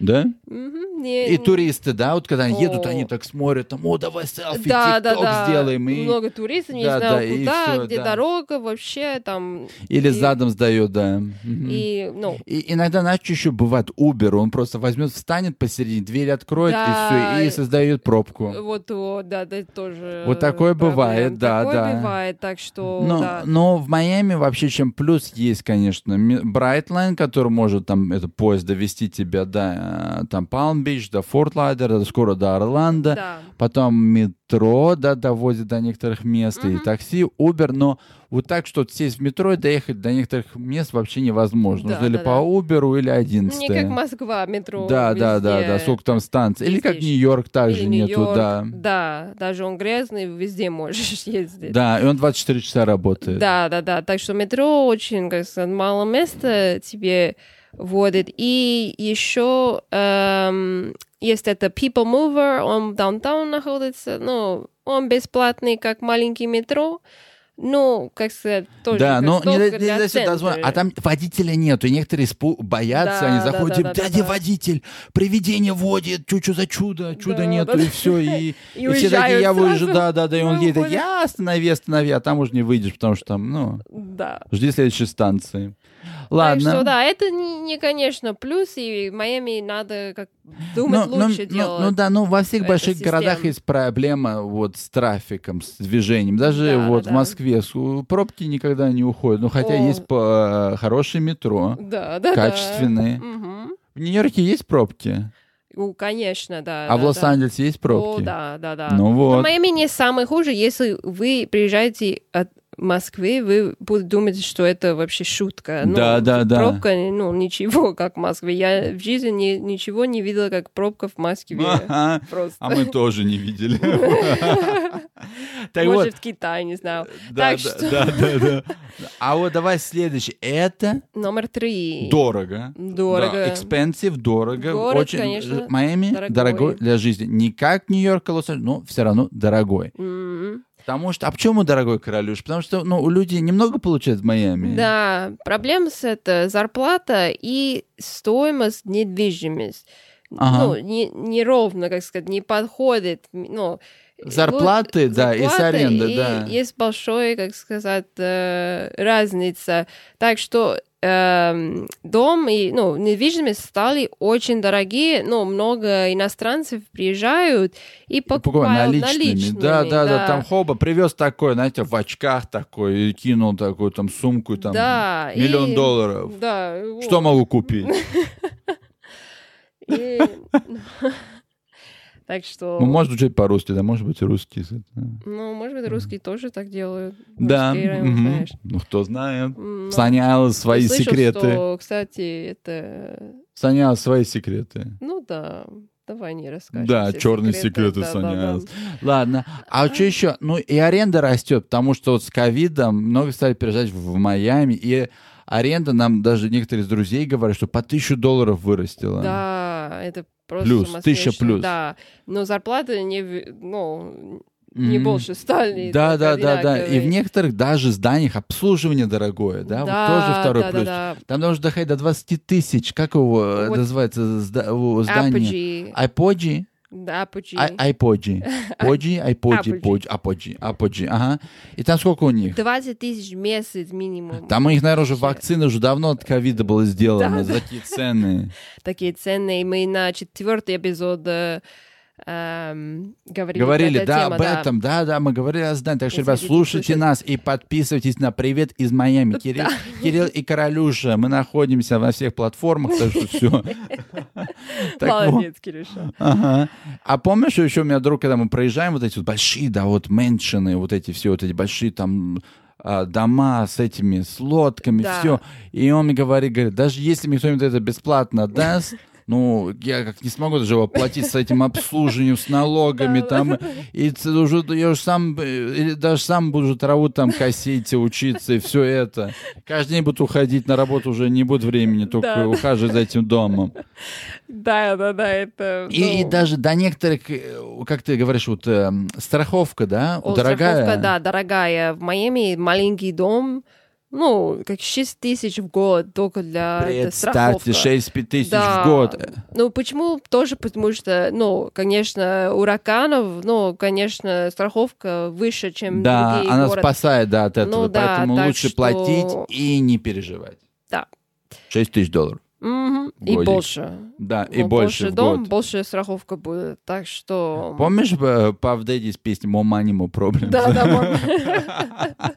[SPEAKER 2] Да?
[SPEAKER 1] Мгм. Не-
[SPEAKER 2] И туристы, да, вот когда они едут,
[SPEAKER 1] О.
[SPEAKER 2] они так смотрят, там, о, давай селфи,
[SPEAKER 1] да, да,
[SPEAKER 2] тикток
[SPEAKER 1] да.
[SPEAKER 2] сделаем. И...
[SPEAKER 1] Много туристов, не
[SPEAKER 2] Да,
[SPEAKER 1] знаю,
[SPEAKER 2] да, и
[SPEAKER 1] куда,
[SPEAKER 2] всё,
[SPEAKER 1] где
[SPEAKER 2] да.
[SPEAKER 1] дорога вообще там.
[SPEAKER 2] Или
[SPEAKER 1] и-
[SPEAKER 2] задом сдает, да. Мгм.
[SPEAKER 1] И, ну,
[SPEAKER 2] И иногда, знаешь, что еще бывает Uber, он просто возьмет, встанет посередине, дверь откроет,
[SPEAKER 1] Да.
[SPEAKER 2] и все, и создает пробку.
[SPEAKER 1] вот, вот, да, да, тоже.
[SPEAKER 2] Вот такое
[SPEAKER 1] проблем.
[SPEAKER 2] бывает, да,
[SPEAKER 1] такое
[SPEAKER 2] да. Ну,
[SPEAKER 1] бывает, так что,
[SPEAKER 2] Но,
[SPEAKER 1] да.
[SPEAKER 2] но в Майами вообще чем плюс есть, конечно, Брайтлайн, который может там это поезд довести тебя до э, там Палм-Бич, до Форт Лайдера, скоро до Орландо.
[SPEAKER 1] Да.
[SPEAKER 2] Потом метро, да, довозит до некоторых мест, и
[SPEAKER 1] Мгм.
[SPEAKER 2] такси, Uber, но вот так, что сесть в метро и доехать до некоторых мест вообще невозможно.
[SPEAKER 1] Да,
[SPEAKER 2] Нужно или
[SPEAKER 1] да, да.
[SPEAKER 2] по Uber, или
[SPEAKER 1] Не
[SPEAKER 2] 11
[SPEAKER 1] как Москва, метро.
[SPEAKER 2] Да, да, да,
[SPEAKER 1] везде.
[SPEAKER 2] да, сколько там станций. Или как
[SPEAKER 1] ездишь.
[SPEAKER 2] Нью-Йорк также
[SPEAKER 1] Или
[SPEAKER 2] нету,
[SPEAKER 1] Нью-Йорк,
[SPEAKER 2] да.
[SPEAKER 1] Да, даже он грязный, везде можешь *laughs* ездить.
[SPEAKER 2] Да, и он 24 часа работает.
[SPEAKER 1] Да, да, да. Так что метро очень, как сказать, мало места тебе вводит. И еще эм, есть это People Mover, он в даунтаун находится, ну, он бесплатный, как маленький метро. Ну, как сказать, тоже
[SPEAKER 2] Да,
[SPEAKER 1] как
[SPEAKER 2] но не,
[SPEAKER 1] только
[SPEAKER 2] не
[SPEAKER 1] для
[SPEAKER 2] дается
[SPEAKER 1] центра.
[SPEAKER 2] дозвон- А там водителя нету, и некоторые спу- боятся,
[SPEAKER 1] Да,
[SPEAKER 2] они
[SPEAKER 1] да,
[SPEAKER 2] заходят,
[SPEAKER 1] да,
[SPEAKER 2] типа,
[SPEAKER 1] да,
[SPEAKER 2] дядя
[SPEAKER 1] да.
[SPEAKER 2] водитель, привидение водит, чучу за чудо, чуда
[SPEAKER 1] Да,
[SPEAKER 2] нету,
[SPEAKER 1] да,
[SPEAKER 2] и все, и,
[SPEAKER 1] И
[SPEAKER 2] и все такие,
[SPEAKER 1] уезжают
[SPEAKER 2] я
[SPEAKER 1] сразу.
[SPEAKER 2] выезжу, да, да, да, и он
[SPEAKER 1] Ну,
[SPEAKER 2] едет,
[SPEAKER 1] уходят.
[SPEAKER 2] я останови, останови, а там уже не выйдешь, потому что там, ну,
[SPEAKER 1] Да.
[SPEAKER 2] жди следующей станции.
[SPEAKER 1] Так
[SPEAKER 2] Ладно.
[SPEAKER 1] что да, это не, не, конечно, плюс, и в Майами надо как думать
[SPEAKER 2] Ну, ну,
[SPEAKER 1] лучше
[SPEAKER 2] ну,
[SPEAKER 1] делать.
[SPEAKER 2] ну да, ну во всех
[SPEAKER 1] эту
[SPEAKER 2] больших
[SPEAKER 1] систему.
[SPEAKER 2] городах есть проблема вот с трафиком, с движением. Даже
[SPEAKER 1] Да,
[SPEAKER 2] вот
[SPEAKER 1] да,
[SPEAKER 2] в
[SPEAKER 1] да.
[SPEAKER 2] Москве су- пробки никогда не уходят. Ну хотя
[SPEAKER 1] О.
[SPEAKER 2] есть по- э, хорошее метро,
[SPEAKER 1] да, да, да.
[SPEAKER 2] качественные.
[SPEAKER 1] Мгм.
[SPEAKER 2] В Нью-Йорке есть пробки,
[SPEAKER 1] Ну, конечно, да.
[SPEAKER 2] а
[SPEAKER 1] да,
[SPEAKER 2] в
[SPEAKER 1] да.
[SPEAKER 2] Лос-Анджелесе есть пробки.
[SPEAKER 1] О, да, да, да.
[SPEAKER 2] Ну
[SPEAKER 1] Но
[SPEAKER 2] вот. *laughs*
[SPEAKER 1] Майами не самый хуже. Если вы приезжаете от Москвы, вы будете думать, что это вообще шутка. Ну,
[SPEAKER 2] Да, да, да.
[SPEAKER 1] Пробка, ну, ничего, *laughs* как в Москве. Я в жизни ни- ничего не видела, как пробка в Москве.
[SPEAKER 2] Ага.
[SPEAKER 1] Просто.
[SPEAKER 2] *laughs* А мы тоже
[SPEAKER 1] *laughs*
[SPEAKER 2] не видели. *laughs* Так
[SPEAKER 1] Может,
[SPEAKER 2] вот,
[SPEAKER 1] в Китае, не знаю.
[SPEAKER 2] да,
[SPEAKER 1] так
[SPEAKER 2] да,
[SPEAKER 1] что-
[SPEAKER 2] да, да, да. А вот давай следующий. Это
[SPEAKER 1] Номер три.
[SPEAKER 2] дорого.
[SPEAKER 1] Дорого.
[SPEAKER 2] Да, expensive, дорого.
[SPEAKER 1] Город,
[SPEAKER 2] очень,
[SPEAKER 1] конечно,
[SPEAKER 2] э, Майами
[SPEAKER 1] дорогой.
[SPEAKER 2] дорогой. для жизни. Не как Нью-Йорк, лос но все равно дорогой.
[SPEAKER 1] М.
[SPEAKER 2] Потому что... А почему дорогой, королюш? Потому что, ну, у людей немного получают в Майами.
[SPEAKER 1] Да, проблема с это зарплата и стоимость недвижимости.
[SPEAKER 2] Ага.
[SPEAKER 1] Ну, не- неровно, как сказать, не подходит. Ну,
[SPEAKER 2] Зарплаты,
[SPEAKER 1] вот
[SPEAKER 2] да, и с
[SPEAKER 1] зарплаты,
[SPEAKER 2] аренды,
[SPEAKER 1] и
[SPEAKER 2] да.
[SPEAKER 1] Есть большая, как сказать, э, разница. Так что эм, дом и ну, недвижимость стали очень дорогие, но много иностранцев приезжают и
[SPEAKER 2] И покупаю
[SPEAKER 1] покупают
[SPEAKER 2] Ну, наличными.
[SPEAKER 1] наличными,
[SPEAKER 2] Да, да, да, Там хоба привез такой, знаете, в очках такой, и кинул такую там сумку, там,
[SPEAKER 1] Да, и-
[SPEAKER 2] миллион долларов.
[SPEAKER 1] Да,
[SPEAKER 2] Что
[SPEAKER 1] вот.
[SPEAKER 2] могу купить? *laughs*
[SPEAKER 1] И- ну, *laughs* Так что...
[SPEAKER 2] Ну, может звучать по-русски, да, может быть, и русский язык. да.
[SPEAKER 1] Ну, может быть, русские тоже так делают.
[SPEAKER 2] Да.
[SPEAKER 1] Русские районы,
[SPEAKER 2] мгм.
[SPEAKER 1] знаешь.
[SPEAKER 2] Ну, кто знает.
[SPEAKER 1] М, ну,
[SPEAKER 2] Саня свои
[SPEAKER 1] я слышал,
[SPEAKER 2] секреты.
[SPEAKER 1] что, кстати, это...
[SPEAKER 2] Саня свои секреты.
[SPEAKER 1] Ну да, давай не расскажем.
[SPEAKER 2] Да,
[SPEAKER 1] все
[SPEAKER 2] чёрные секреты,
[SPEAKER 1] да,
[SPEAKER 2] Саня
[SPEAKER 1] да, да.
[SPEAKER 2] Ас. Ладно. А что еще? Ну, и аренда растет, потому что вот с ковидом много стали переезжать в Майами, и аренда нам даже некоторые из друзей говорят, что по тысячу долларов вырастила.
[SPEAKER 1] Да, это просто
[SPEAKER 2] Плюс,
[SPEAKER 1] сумасшедшее,
[SPEAKER 2] тысяча плюс.
[SPEAKER 1] Да, но зарплаты не, в- ну,
[SPEAKER 2] Мгм.
[SPEAKER 1] не больше стали.
[SPEAKER 2] Да, да,
[SPEAKER 1] так
[SPEAKER 2] да, да. И в
[SPEAKER 1] одинаковые.
[SPEAKER 2] некоторых даже зданиях обслуживание дорогое, да, вот тоже второй
[SPEAKER 1] да,
[SPEAKER 2] плюс.
[SPEAKER 1] Да,
[SPEAKER 2] Там нужно доходить до 20 тысяч, как его э,
[SPEAKER 1] Вот.
[SPEAKER 2] называется зда-
[SPEAKER 1] да.
[SPEAKER 2] о, здание?
[SPEAKER 1] Аподжи.
[SPEAKER 2] А, Айподжи?
[SPEAKER 1] Да, Аподжи.
[SPEAKER 2] Ай- Айподжи. Поджи, айподжи,
[SPEAKER 1] Аподжи.
[SPEAKER 2] поджи, аподжи, аподжи, ага. И там сколько у них?
[SPEAKER 1] 20 тысяч в месяц минимум.
[SPEAKER 2] Там у них, наверное, уже
[SPEAKER 1] Вообще.
[SPEAKER 2] вакцина уже давно от ковида была сделана.
[SPEAKER 1] Да,
[SPEAKER 2] за такие цены.
[SPEAKER 1] такие цены, и мы на четвертый эпизод э, эм, говорили,
[SPEAKER 2] Говорили,
[SPEAKER 1] про эту
[SPEAKER 2] да,
[SPEAKER 1] тему,
[SPEAKER 2] об этом, да, да, мы говорили о здании. Так что,
[SPEAKER 1] Если
[SPEAKER 2] ребят,
[SPEAKER 1] хотите
[SPEAKER 2] слушайте
[SPEAKER 1] слушать.
[SPEAKER 2] нас и подписывайтесь на «Привет из Майами». Кирилл, Кирилл и Королюша, мы находимся на всех платформах, так что все.
[SPEAKER 1] Молодец, Кирюша.
[SPEAKER 2] Ага. А помнишь, еще у меня друг, когда мы проезжаем, вот эти вот большие, да, вот мэншины, вот эти все, вот эти большие там а, дома с этими, с лодками,
[SPEAKER 1] Да.
[SPEAKER 2] все. И он мне говорит, говорит, даже если мне кто-нибудь это бесплатно даст, ну, я как не смогу даже воплотить с этим обслуживанием, с налогами там. И ц- уже, я уже сам, э, или даже сам буду траву там косить, и учиться и все это. Каждый день буду уходить на работу, уже не будет времени, только
[SPEAKER 1] Да.
[SPEAKER 2] ухаживать за этим домом.
[SPEAKER 1] Да, да, да, это...
[SPEAKER 2] И, и
[SPEAKER 1] ну,
[SPEAKER 2] даже до некоторых, э, как ты говоришь, вот эм, страховка, да,
[SPEAKER 1] о,
[SPEAKER 2] дорогая.
[SPEAKER 1] страховка, да, дорогая. В Майами маленький дом, ну, как 6 тысяч в год только для этой страховки.
[SPEAKER 2] Представьте, 6 тысяч
[SPEAKER 1] Да.
[SPEAKER 2] в год.
[SPEAKER 1] Ну, почему? Тоже потому что, ну, конечно, ураганов, ну, конечно, страховка выше, чем
[SPEAKER 2] Да,
[SPEAKER 1] другие
[SPEAKER 2] она
[SPEAKER 1] города.
[SPEAKER 2] спасает, да, от этого.
[SPEAKER 1] Ну да,
[SPEAKER 2] Поэтому
[SPEAKER 1] так
[SPEAKER 2] лучше
[SPEAKER 1] что-
[SPEAKER 2] платить и не переживать.
[SPEAKER 1] Да.
[SPEAKER 2] 6 тысяч долларов.
[SPEAKER 1] Мгм, И
[SPEAKER 2] Годик.
[SPEAKER 1] больше.
[SPEAKER 2] Да, и
[SPEAKER 1] Ну,
[SPEAKER 2] больше, в
[SPEAKER 1] дом,
[SPEAKER 2] год.
[SPEAKER 1] больше страховка будет. Так что...
[SPEAKER 2] Помнишь э, Puff Daddy с песней «More money, more problems»?
[SPEAKER 1] Да, да,
[SPEAKER 2] *laughs*
[SPEAKER 1] мам.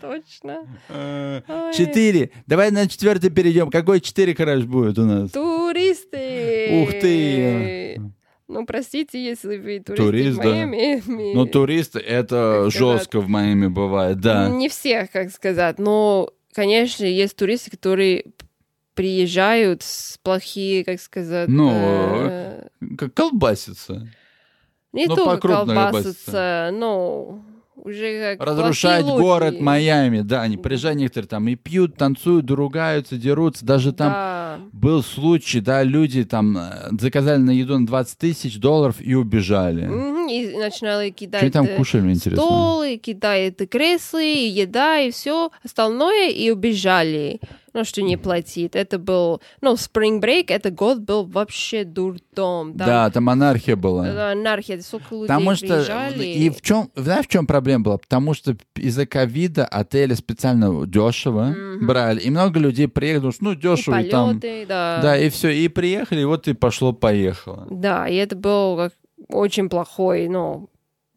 [SPEAKER 1] Точно.
[SPEAKER 2] Э,
[SPEAKER 1] Ой,
[SPEAKER 2] Четыре. Давай на четвертый перейдем. Какой четыре, короче, будет у нас?
[SPEAKER 1] Туристы.
[SPEAKER 2] Ух ты.
[SPEAKER 1] Ну, простите, если вы туристы
[SPEAKER 2] Турист,
[SPEAKER 1] в
[SPEAKER 2] да.
[SPEAKER 1] Майами.
[SPEAKER 2] Ну, туристы, это
[SPEAKER 1] Как сказать?
[SPEAKER 2] жестко в Майами бывает, да.
[SPEAKER 1] Не всех, как сказать, но, конечно, есть туристы, которые приезжают с плохие, как сказать...
[SPEAKER 2] Ну,
[SPEAKER 1] э,
[SPEAKER 2] Как колбасится.
[SPEAKER 1] не
[SPEAKER 2] ну,
[SPEAKER 1] только
[SPEAKER 2] покрупно
[SPEAKER 1] колбасятся, но уже как
[SPEAKER 2] Разрушать
[SPEAKER 1] плохие
[SPEAKER 2] город
[SPEAKER 1] люди.
[SPEAKER 2] Майами, да. Они приезжают некоторые там и пьют, танцуют, ругаются, дерутся. Даже там
[SPEAKER 1] Да.
[SPEAKER 2] Был случай, да, люди там э, заказали на еду на 20 тысяч долларов и убежали.
[SPEAKER 1] Мгм, И начинали кидать...
[SPEAKER 2] Что они там
[SPEAKER 1] э,
[SPEAKER 2] кушали, мне интересно?
[SPEAKER 1] стол, и кидает и кресла, и еда, и все остальное, и убежали. Ну, что не платит. Это был... Ну, Spring Break, это год был вообще дурдом. Там,
[SPEAKER 2] Да, там анархия была.
[SPEAKER 1] э, Анархия, сколько людей
[SPEAKER 2] Потому что э,
[SPEAKER 1] приезжали.
[SPEAKER 2] и в чем, знаешь, в чем проблема была? Потому что из-за ковида отели специально дешево
[SPEAKER 1] Мгм.
[SPEAKER 2] брали, и много людей приехали, потому что, ну
[SPEAKER 1] И
[SPEAKER 2] дешево и, там,
[SPEAKER 1] полеты, да.
[SPEAKER 2] да, и все, и приехали, и вот и пошло поехало.
[SPEAKER 1] Да, и это был как очень плохой, ну,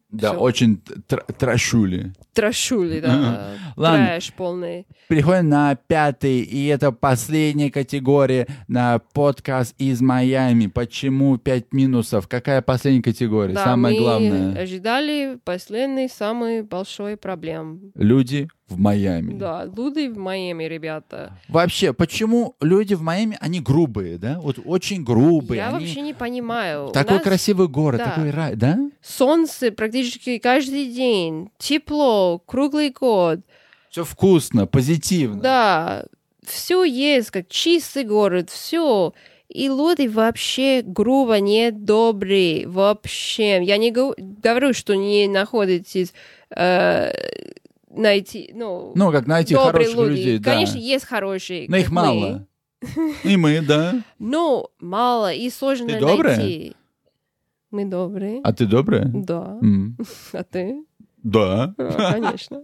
[SPEAKER 2] Да,
[SPEAKER 1] Всё.
[SPEAKER 2] очень тр- трашули.
[SPEAKER 1] трэшули, да.
[SPEAKER 2] Ладно.
[SPEAKER 1] Трэш полный.
[SPEAKER 2] Переходим на пятый, и это последняя категория на подкаст из Майами. Почему пять минусов? Какая последняя категория?
[SPEAKER 1] Да,
[SPEAKER 2] Самое
[SPEAKER 1] мы э,
[SPEAKER 2] главное.
[SPEAKER 1] ожидали последний самый большой проблем.
[SPEAKER 2] Люди в Майами.
[SPEAKER 1] Да, луды в Майами, ребята.
[SPEAKER 2] Вообще, почему люди в Майами, они грубые, да? Вот очень грубые.
[SPEAKER 1] Я
[SPEAKER 2] они-
[SPEAKER 1] вообще не понимаю. У
[SPEAKER 2] Такой
[SPEAKER 1] нас
[SPEAKER 2] красивый город,
[SPEAKER 1] да.
[SPEAKER 2] такой рай, да?
[SPEAKER 1] Солнце практически каждый день, тепло, круглый год.
[SPEAKER 2] Все вкусно, позитивно.
[SPEAKER 1] Да, все есть, как чистый город, все. И люди вообще грубо недобрые, вообще. Я не гов- говорю, что не находитесь э, найти, ну,
[SPEAKER 2] Ну, как найти
[SPEAKER 1] добрые
[SPEAKER 2] хороших
[SPEAKER 1] люди.
[SPEAKER 2] людей, да.
[SPEAKER 1] Конечно, есть хорошие.
[SPEAKER 2] Но их
[SPEAKER 1] как мы. *laughs*
[SPEAKER 2] мало. И мы, да.
[SPEAKER 1] Но Ну, мало и сложно
[SPEAKER 2] Ты добрая?
[SPEAKER 1] найти. Мы добрые.
[SPEAKER 2] А ты добрая?
[SPEAKER 1] Да.
[SPEAKER 2] М,
[SPEAKER 1] А ты?
[SPEAKER 2] Да. *laughs*
[SPEAKER 1] А, Конечно.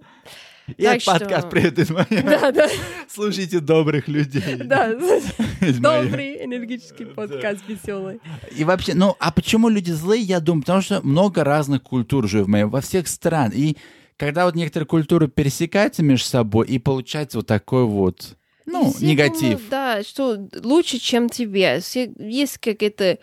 [SPEAKER 2] И
[SPEAKER 1] Так
[SPEAKER 2] это подкаст
[SPEAKER 1] что-
[SPEAKER 2] «Привет из Майами».
[SPEAKER 1] Да, да,
[SPEAKER 2] Слушайте добрых
[SPEAKER 1] *laughs*
[SPEAKER 2] людей. *laughs*
[SPEAKER 1] да.
[SPEAKER 2] Ну, из Майами.
[SPEAKER 1] Добрый энергический подкаст веселый.
[SPEAKER 2] И вообще, ну, а почему люди злые, я думаю, потому что много разных культур живет в моем, во всех стран. И когда вот некоторые культуры пересекаются между собой, и получается вот такой вот, ну, негатив.
[SPEAKER 1] Да, что лучше, чем тебе. Все- Есть какая-то,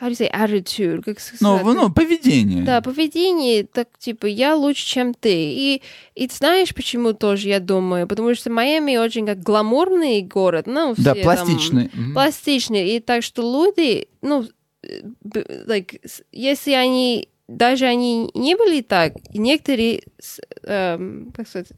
[SPEAKER 1] how do you say, attitude, как сказать.
[SPEAKER 2] Ну, в- ну, поведение.
[SPEAKER 1] Да, поведение, так типа, я лучше, чем ты. И, и знаешь, почему тоже, я думаю? Потому что Майами очень как гламурный город. Ну,
[SPEAKER 2] Да,
[SPEAKER 1] все там-
[SPEAKER 2] пластичный. Мгм.
[SPEAKER 1] пластичный. И так что люди, ну, э, б- like, с- если они, даже они не были так, и некоторые, с- эм, как сказать,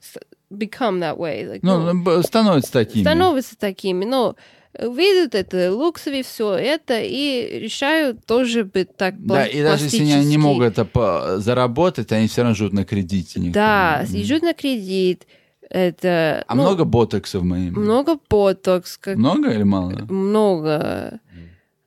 [SPEAKER 1] с- become that way. like,
[SPEAKER 2] Ну, б- становятся такими.
[SPEAKER 1] становятся такими, но видят это, луксови, все это, и решают тоже быть так пла-
[SPEAKER 2] Да, и даже если они не
[SPEAKER 1] пластически.
[SPEAKER 2] могут это по- заработать, они все равно живут на кредите. некоторые.
[SPEAKER 1] Да,
[SPEAKER 2] Мгм.
[SPEAKER 1] езжут на кредит, это...
[SPEAKER 2] А
[SPEAKER 1] ну,
[SPEAKER 2] много ботокса в моем?
[SPEAKER 1] Много ботокс, как
[SPEAKER 2] Много или мало?
[SPEAKER 1] много,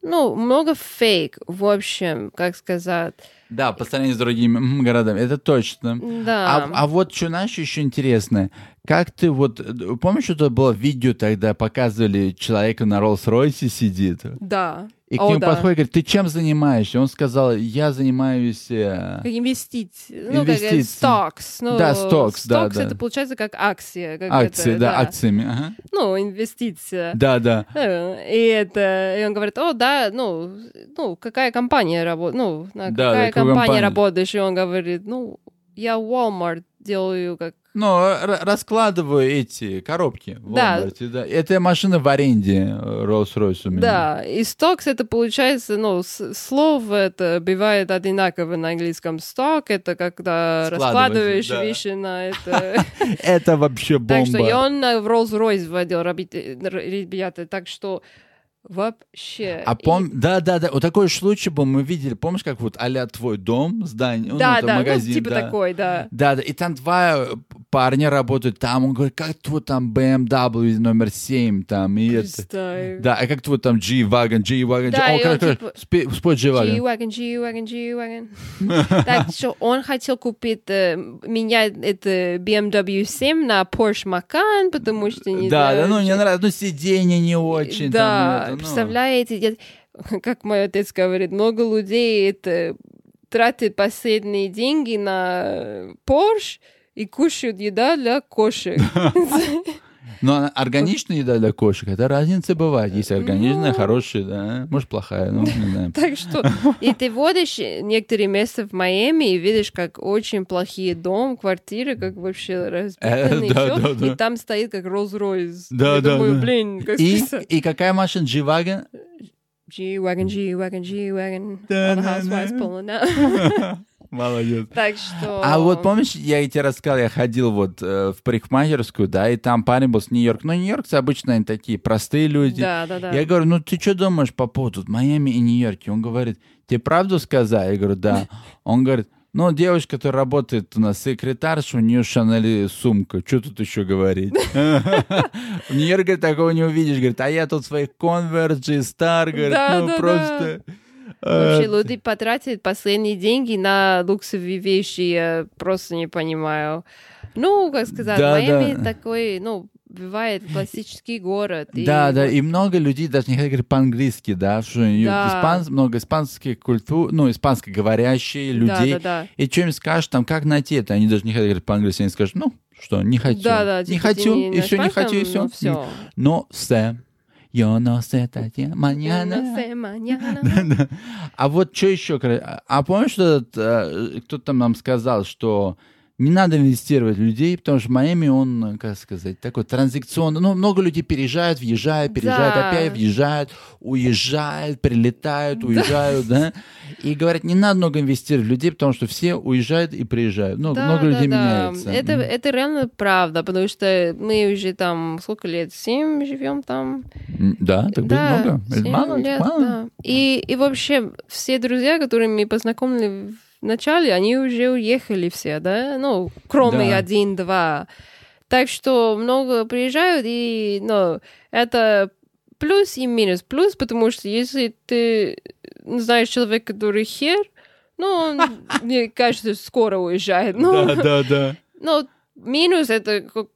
[SPEAKER 1] ну, много фейк, в общем, как сказать.
[SPEAKER 2] Да, по сравнению с другими м, городами, это точно.
[SPEAKER 1] Да.
[SPEAKER 2] А, а вот что, знаешь, еще интересное, как ты вот, э, помнишь, что это было видео тогда, показывали человека на Роллс-Ройсе сидит,
[SPEAKER 1] Да.
[SPEAKER 2] и к
[SPEAKER 1] О,
[SPEAKER 2] нему
[SPEAKER 1] да.
[SPEAKER 2] подходит и говорит, ты чем занимаешься? Он сказал, я занимаюсь... э,
[SPEAKER 1] Как инвестить. Ну, как
[SPEAKER 2] Инвестиции.
[SPEAKER 1] э, stocks. Ну,
[SPEAKER 2] Да, stocks, да,
[SPEAKER 1] stocks
[SPEAKER 2] да.
[SPEAKER 1] это получается как акция. Как
[SPEAKER 2] акции,
[SPEAKER 1] это,
[SPEAKER 2] да, акциями. ага.
[SPEAKER 1] Ну, инвестиция.
[SPEAKER 2] Да, да.
[SPEAKER 1] Э, И это, и он говорит, о, да, ну, ну, какая компания работает, ну, на
[SPEAKER 2] Да,
[SPEAKER 1] какая
[SPEAKER 2] какую
[SPEAKER 1] компания
[SPEAKER 2] компанию?
[SPEAKER 1] работаешь, и он говорит, ну, я Walmart делаю как...
[SPEAKER 2] Ну, р- раскладываю эти коробки в
[SPEAKER 1] Да.
[SPEAKER 2] Ломбарде, да. Это машина в аренде э, Rolls-Royce у меня.
[SPEAKER 1] Да, и стокс это получается, ну, с- слов это бывает одинаково на английском. Сток это когда
[SPEAKER 2] Складывать,
[SPEAKER 1] раскладываешь
[SPEAKER 2] да.
[SPEAKER 1] вещи
[SPEAKER 2] *laughs*
[SPEAKER 1] на это.
[SPEAKER 2] Это вообще бомба.
[SPEAKER 1] Так что и он э, в Rolls-Royce водил, раби- р- ребята, так что вообще...
[SPEAKER 2] А
[SPEAKER 1] И-
[SPEAKER 2] пом... Да, да, да. Вот такой случай был, мы видели, помнишь, как вот а твой дом, здание, ну,
[SPEAKER 1] Да,
[SPEAKER 2] это
[SPEAKER 1] да, ну,
[SPEAKER 2] магазин,
[SPEAKER 1] типа
[SPEAKER 2] да.
[SPEAKER 1] такой, да.
[SPEAKER 2] Да, да, и там два э, парня работают там, он говорит, как твой там BMW номер 7 там, и это...
[SPEAKER 1] Представь.
[SPEAKER 2] Да, а как твой там G-Wagon, G-Wagon,
[SPEAKER 1] Да,
[SPEAKER 2] G- О,
[SPEAKER 1] и он
[SPEAKER 2] короче,
[SPEAKER 1] типа-
[SPEAKER 2] спи- спой G-Wagon.
[SPEAKER 1] G-Wagon, G-Wagon, G-Wagon.
[SPEAKER 2] *laughs*
[SPEAKER 1] Так что он хотел купить, э, менять это BMW 7 на Porsche Macan, потому что не
[SPEAKER 2] Да, да,
[SPEAKER 1] знаю,
[SPEAKER 2] ну,
[SPEAKER 1] что-
[SPEAKER 2] не нравится, ну, сиденье не очень.
[SPEAKER 1] Да,
[SPEAKER 2] там, это, ну.
[SPEAKER 1] представляете, я- *laughs* как мой отец говорит, много людей это тратит последние деньги на э, Porsche и кушают еда для кошек.
[SPEAKER 2] *laughs* Но она органичная еда для кошек, это разница бывает. Есть органичная,
[SPEAKER 1] Ну.
[SPEAKER 2] хорошая, да, может, плохая, ну, не
[SPEAKER 1] *laughs*
[SPEAKER 2] знаю.
[SPEAKER 1] Так что, и ты водишь некоторые места в Майами и видишь, как очень плохие дом, квартиры, как вообще разбитые,
[SPEAKER 2] Э, да,
[SPEAKER 1] всё,
[SPEAKER 2] да, да.
[SPEAKER 1] и там стоит как Rolls-Royce.
[SPEAKER 2] Да,
[SPEAKER 1] Я
[SPEAKER 2] да,
[SPEAKER 1] думаю,
[SPEAKER 2] да.
[SPEAKER 1] блин, как
[SPEAKER 2] И,
[SPEAKER 1] список.
[SPEAKER 2] и какая машина? G-Wagon?
[SPEAKER 1] G-Wagon, G-Wagon, G-Wagon,
[SPEAKER 2] Да,
[SPEAKER 1] all the
[SPEAKER 2] да,
[SPEAKER 1] housewives
[SPEAKER 2] да.
[SPEAKER 1] pulling up.
[SPEAKER 2] Молодец.
[SPEAKER 1] *laughs* Так что...
[SPEAKER 2] А вот помнишь, я тебе рассказал, я ходил вот э, в парикмахерскую, да, и там парень был с Нью-Йорк. Ну, нью-йоркцы обычно они такие простые люди.
[SPEAKER 1] Да, да, да.
[SPEAKER 2] Я говорю, ну ты что думаешь по поводу Майами и Нью-Йорки? Он говорит, тебе правду сказал? Я
[SPEAKER 1] *laughs*
[SPEAKER 2] говорю, да. Он говорит, ну, девочка, которая работает у нас секретарша, у нее Шанель сумка. Что тут
[SPEAKER 1] *laughs*
[SPEAKER 2] еще говорить? В Нью-Йорке такого не увидишь. Говорит, а я тут своих Converge, Star, говорит,
[SPEAKER 1] Да, да,
[SPEAKER 2] ну
[SPEAKER 1] да.
[SPEAKER 2] просто...
[SPEAKER 1] Вообще
[SPEAKER 2] э,
[SPEAKER 1] люди потратят последние деньги на луксовые вещи, я просто не понимаю. Ну, как сказать,
[SPEAKER 2] Да,
[SPEAKER 1] Майами
[SPEAKER 2] да.
[SPEAKER 1] такой, ну, бывает классический город. и
[SPEAKER 2] Да, да,
[SPEAKER 1] вот-
[SPEAKER 2] и много людей даже не хотят говорить по-английски, да, что и
[SPEAKER 1] Да.
[SPEAKER 2] испанс- много испанских культур, ну, испанскоговорящие
[SPEAKER 1] да,
[SPEAKER 2] людей.
[SPEAKER 1] да, да.
[SPEAKER 2] И что им скажешь, там, как найти это? Они даже не хотят говорить по-английски, они скажут, ну, что, не хочу.
[SPEAKER 1] Да, да,
[SPEAKER 2] не
[SPEAKER 1] типа, ты
[SPEAKER 2] хочу,
[SPEAKER 1] не
[SPEAKER 2] и все, не
[SPEAKER 1] испанском,
[SPEAKER 2] хочу, и все.
[SPEAKER 1] но всё.
[SPEAKER 2] Но, Сэм, yo no sé, Tatiana,
[SPEAKER 1] Ну,
[SPEAKER 2] mañana.
[SPEAKER 1] sé,
[SPEAKER 2] *laughs*
[SPEAKER 1] mañana.
[SPEAKER 2] Да. А вот что еще? А помнишь, что этот, э, кто-то там нам сказал, что не надо инвестировать в людей, потому что Майами, он, как сказать, такой транзакционный. Ну, много людей переезжают, въезжают, переезжают,
[SPEAKER 1] Да.
[SPEAKER 2] опять въезжают, уезжают, прилетают, уезжают, да. И говорят, не надо много инвестировать в людей, потому что все уезжают и приезжают. Ну,
[SPEAKER 1] Да,
[SPEAKER 2] много
[SPEAKER 1] да,
[SPEAKER 2] людей
[SPEAKER 1] да.
[SPEAKER 2] меняется.
[SPEAKER 1] Это,
[SPEAKER 2] М.
[SPEAKER 1] это реально правда, потому что мы уже там сколько лет, семь живем там.
[SPEAKER 2] М, Да, так будет
[SPEAKER 1] Да,
[SPEAKER 2] много. Это
[SPEAKER 1] семь
[SPEAKER 2] мало, это
[SPEAKER 1] лет,
[SPEAKER 2] мало.
[SPEAKER 1] да. И, и вообще все друзья, которые мы познакомили в начале, они уже уехали все, да? Ну, кроме
[SPEAKER 2] Да.
[SPEAKER 1] один-два. Так что много приезжают, и ну, это плюс и минус. Плюс, потому что если ты знаешь человека, который хер, ну,
[SPEAKER 2] *laughs*
[SPEAKER 1] он, мне кажется, скоро уезжает. Ну,
[SPEAKER 2] да, да.
[SPEAKER 1] ну, минус это как-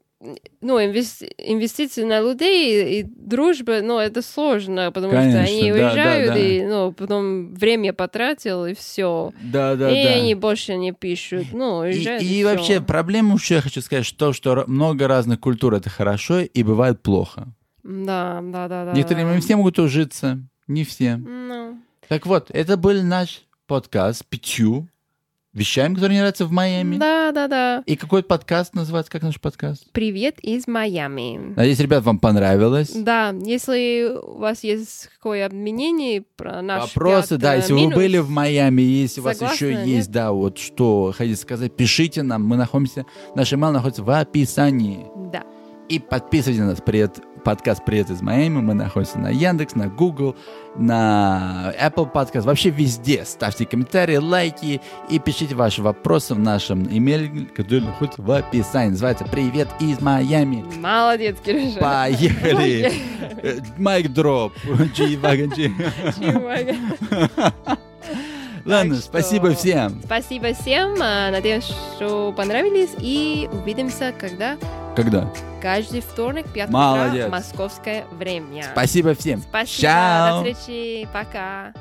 [SPEAKER 1] ну, инвес- инвестиции на людей и, и дружба, ну, это сложно, потому
[SPEAKER 2] Конечно,
[SPEAKER 1] что они
[SPEAKER 2] да, да,
[SPEAKER 1] уезжают,
[SPEAKER 2] да.
[SPEAKER 1] и ну, потом время потратил, и все.
[SPEAKER 2] Да, да,
[SPEAKER 1] и
[SPEAKER 2] да.
[SPEAKER 1] они больше не пишут. Ну,
[SPEAKER 2] И,
[SPEAKER 1] уезжают.
[SPEAKER 2] и
[SPEAKER 1] всё.
[SPEAKER 2] вообще проблема, что я хочу сказать, что, что р- много разных культур это хорошо и бывает плохо.
[SPEAKER 1] Да, да, да, да.
[SPEAKER 2] Некоторые
[SPEAKER 1] да.
[SPEAKER 2] не все могут ужиться, не все.
[SPEAKER 1] Ну,
[SPEAKER 2] Так вот, это был наш подкаст с пятью вещами, которые не нравятся в Майами.
[SPEAKER 1] да, да, да.
[SPEAKER 2] И какой подкаст называется, как наш подкаст?
[SPEAKER 1] Привет из Майами.
[SPEAKER 2] Надеюсь, ребят, вам понравилось.
[SPEAKER 1] Да, если у вас есть какое мнение про наш
[SPEAKER 2] Вопросы,
[SPEAKER 1] пятый
[SPEAKER 2] да, если вы
[SPEAKER 1] минус,
[SPEAKER 2] были в Майами, если у
[SPEAKER 1] Согласна,
[SPEAKER 2] вас еще
[SPEAKER 1] нет?
[SPEAKER 2] есть, да, вот что хотите сказать, пишите нам, мы находимся, наш email находится в описании.
[SPEAKER 1] Да.
[SPEAKER 2] И подписывайтесь на нас. Привет, подкаст «Привет из Майами». Мы находимся на Яндекс, на Google, на Apple Podcast. Вообще везде. Ставьте комментарии, лайки и пишите ваши вопросы в нашем имейле, который находится в описании. Называется «Привет из Майами».
[SPEAKER 1] Молодец, Кирюша.
[SPEAKER 2] Поехали! Э, Майк дроп. G-Wagon G.
[SPEAKER 1] Чувак.
[SPEAKER 2] Ладно,
[SPEAKER 1] что-
[SPEAKER 2] спасибо всем.
[SPEAKER 1] Спасибо всем. а, Надеюсь, что понравились. И увидимся, когда
[SPEAKER 2] Когда?
[SPEAKER 1] каждый вторник, 5 утра,
[SPEAKER 2] Молодец.
[SPEAKER 1] московское время.
[SPEAKER 2] Спасибо всем.
[SPEAKER 1] Спасибо.
[SPEAKER 2] Чао.
[SPEAKER 1] До встречи. Пока.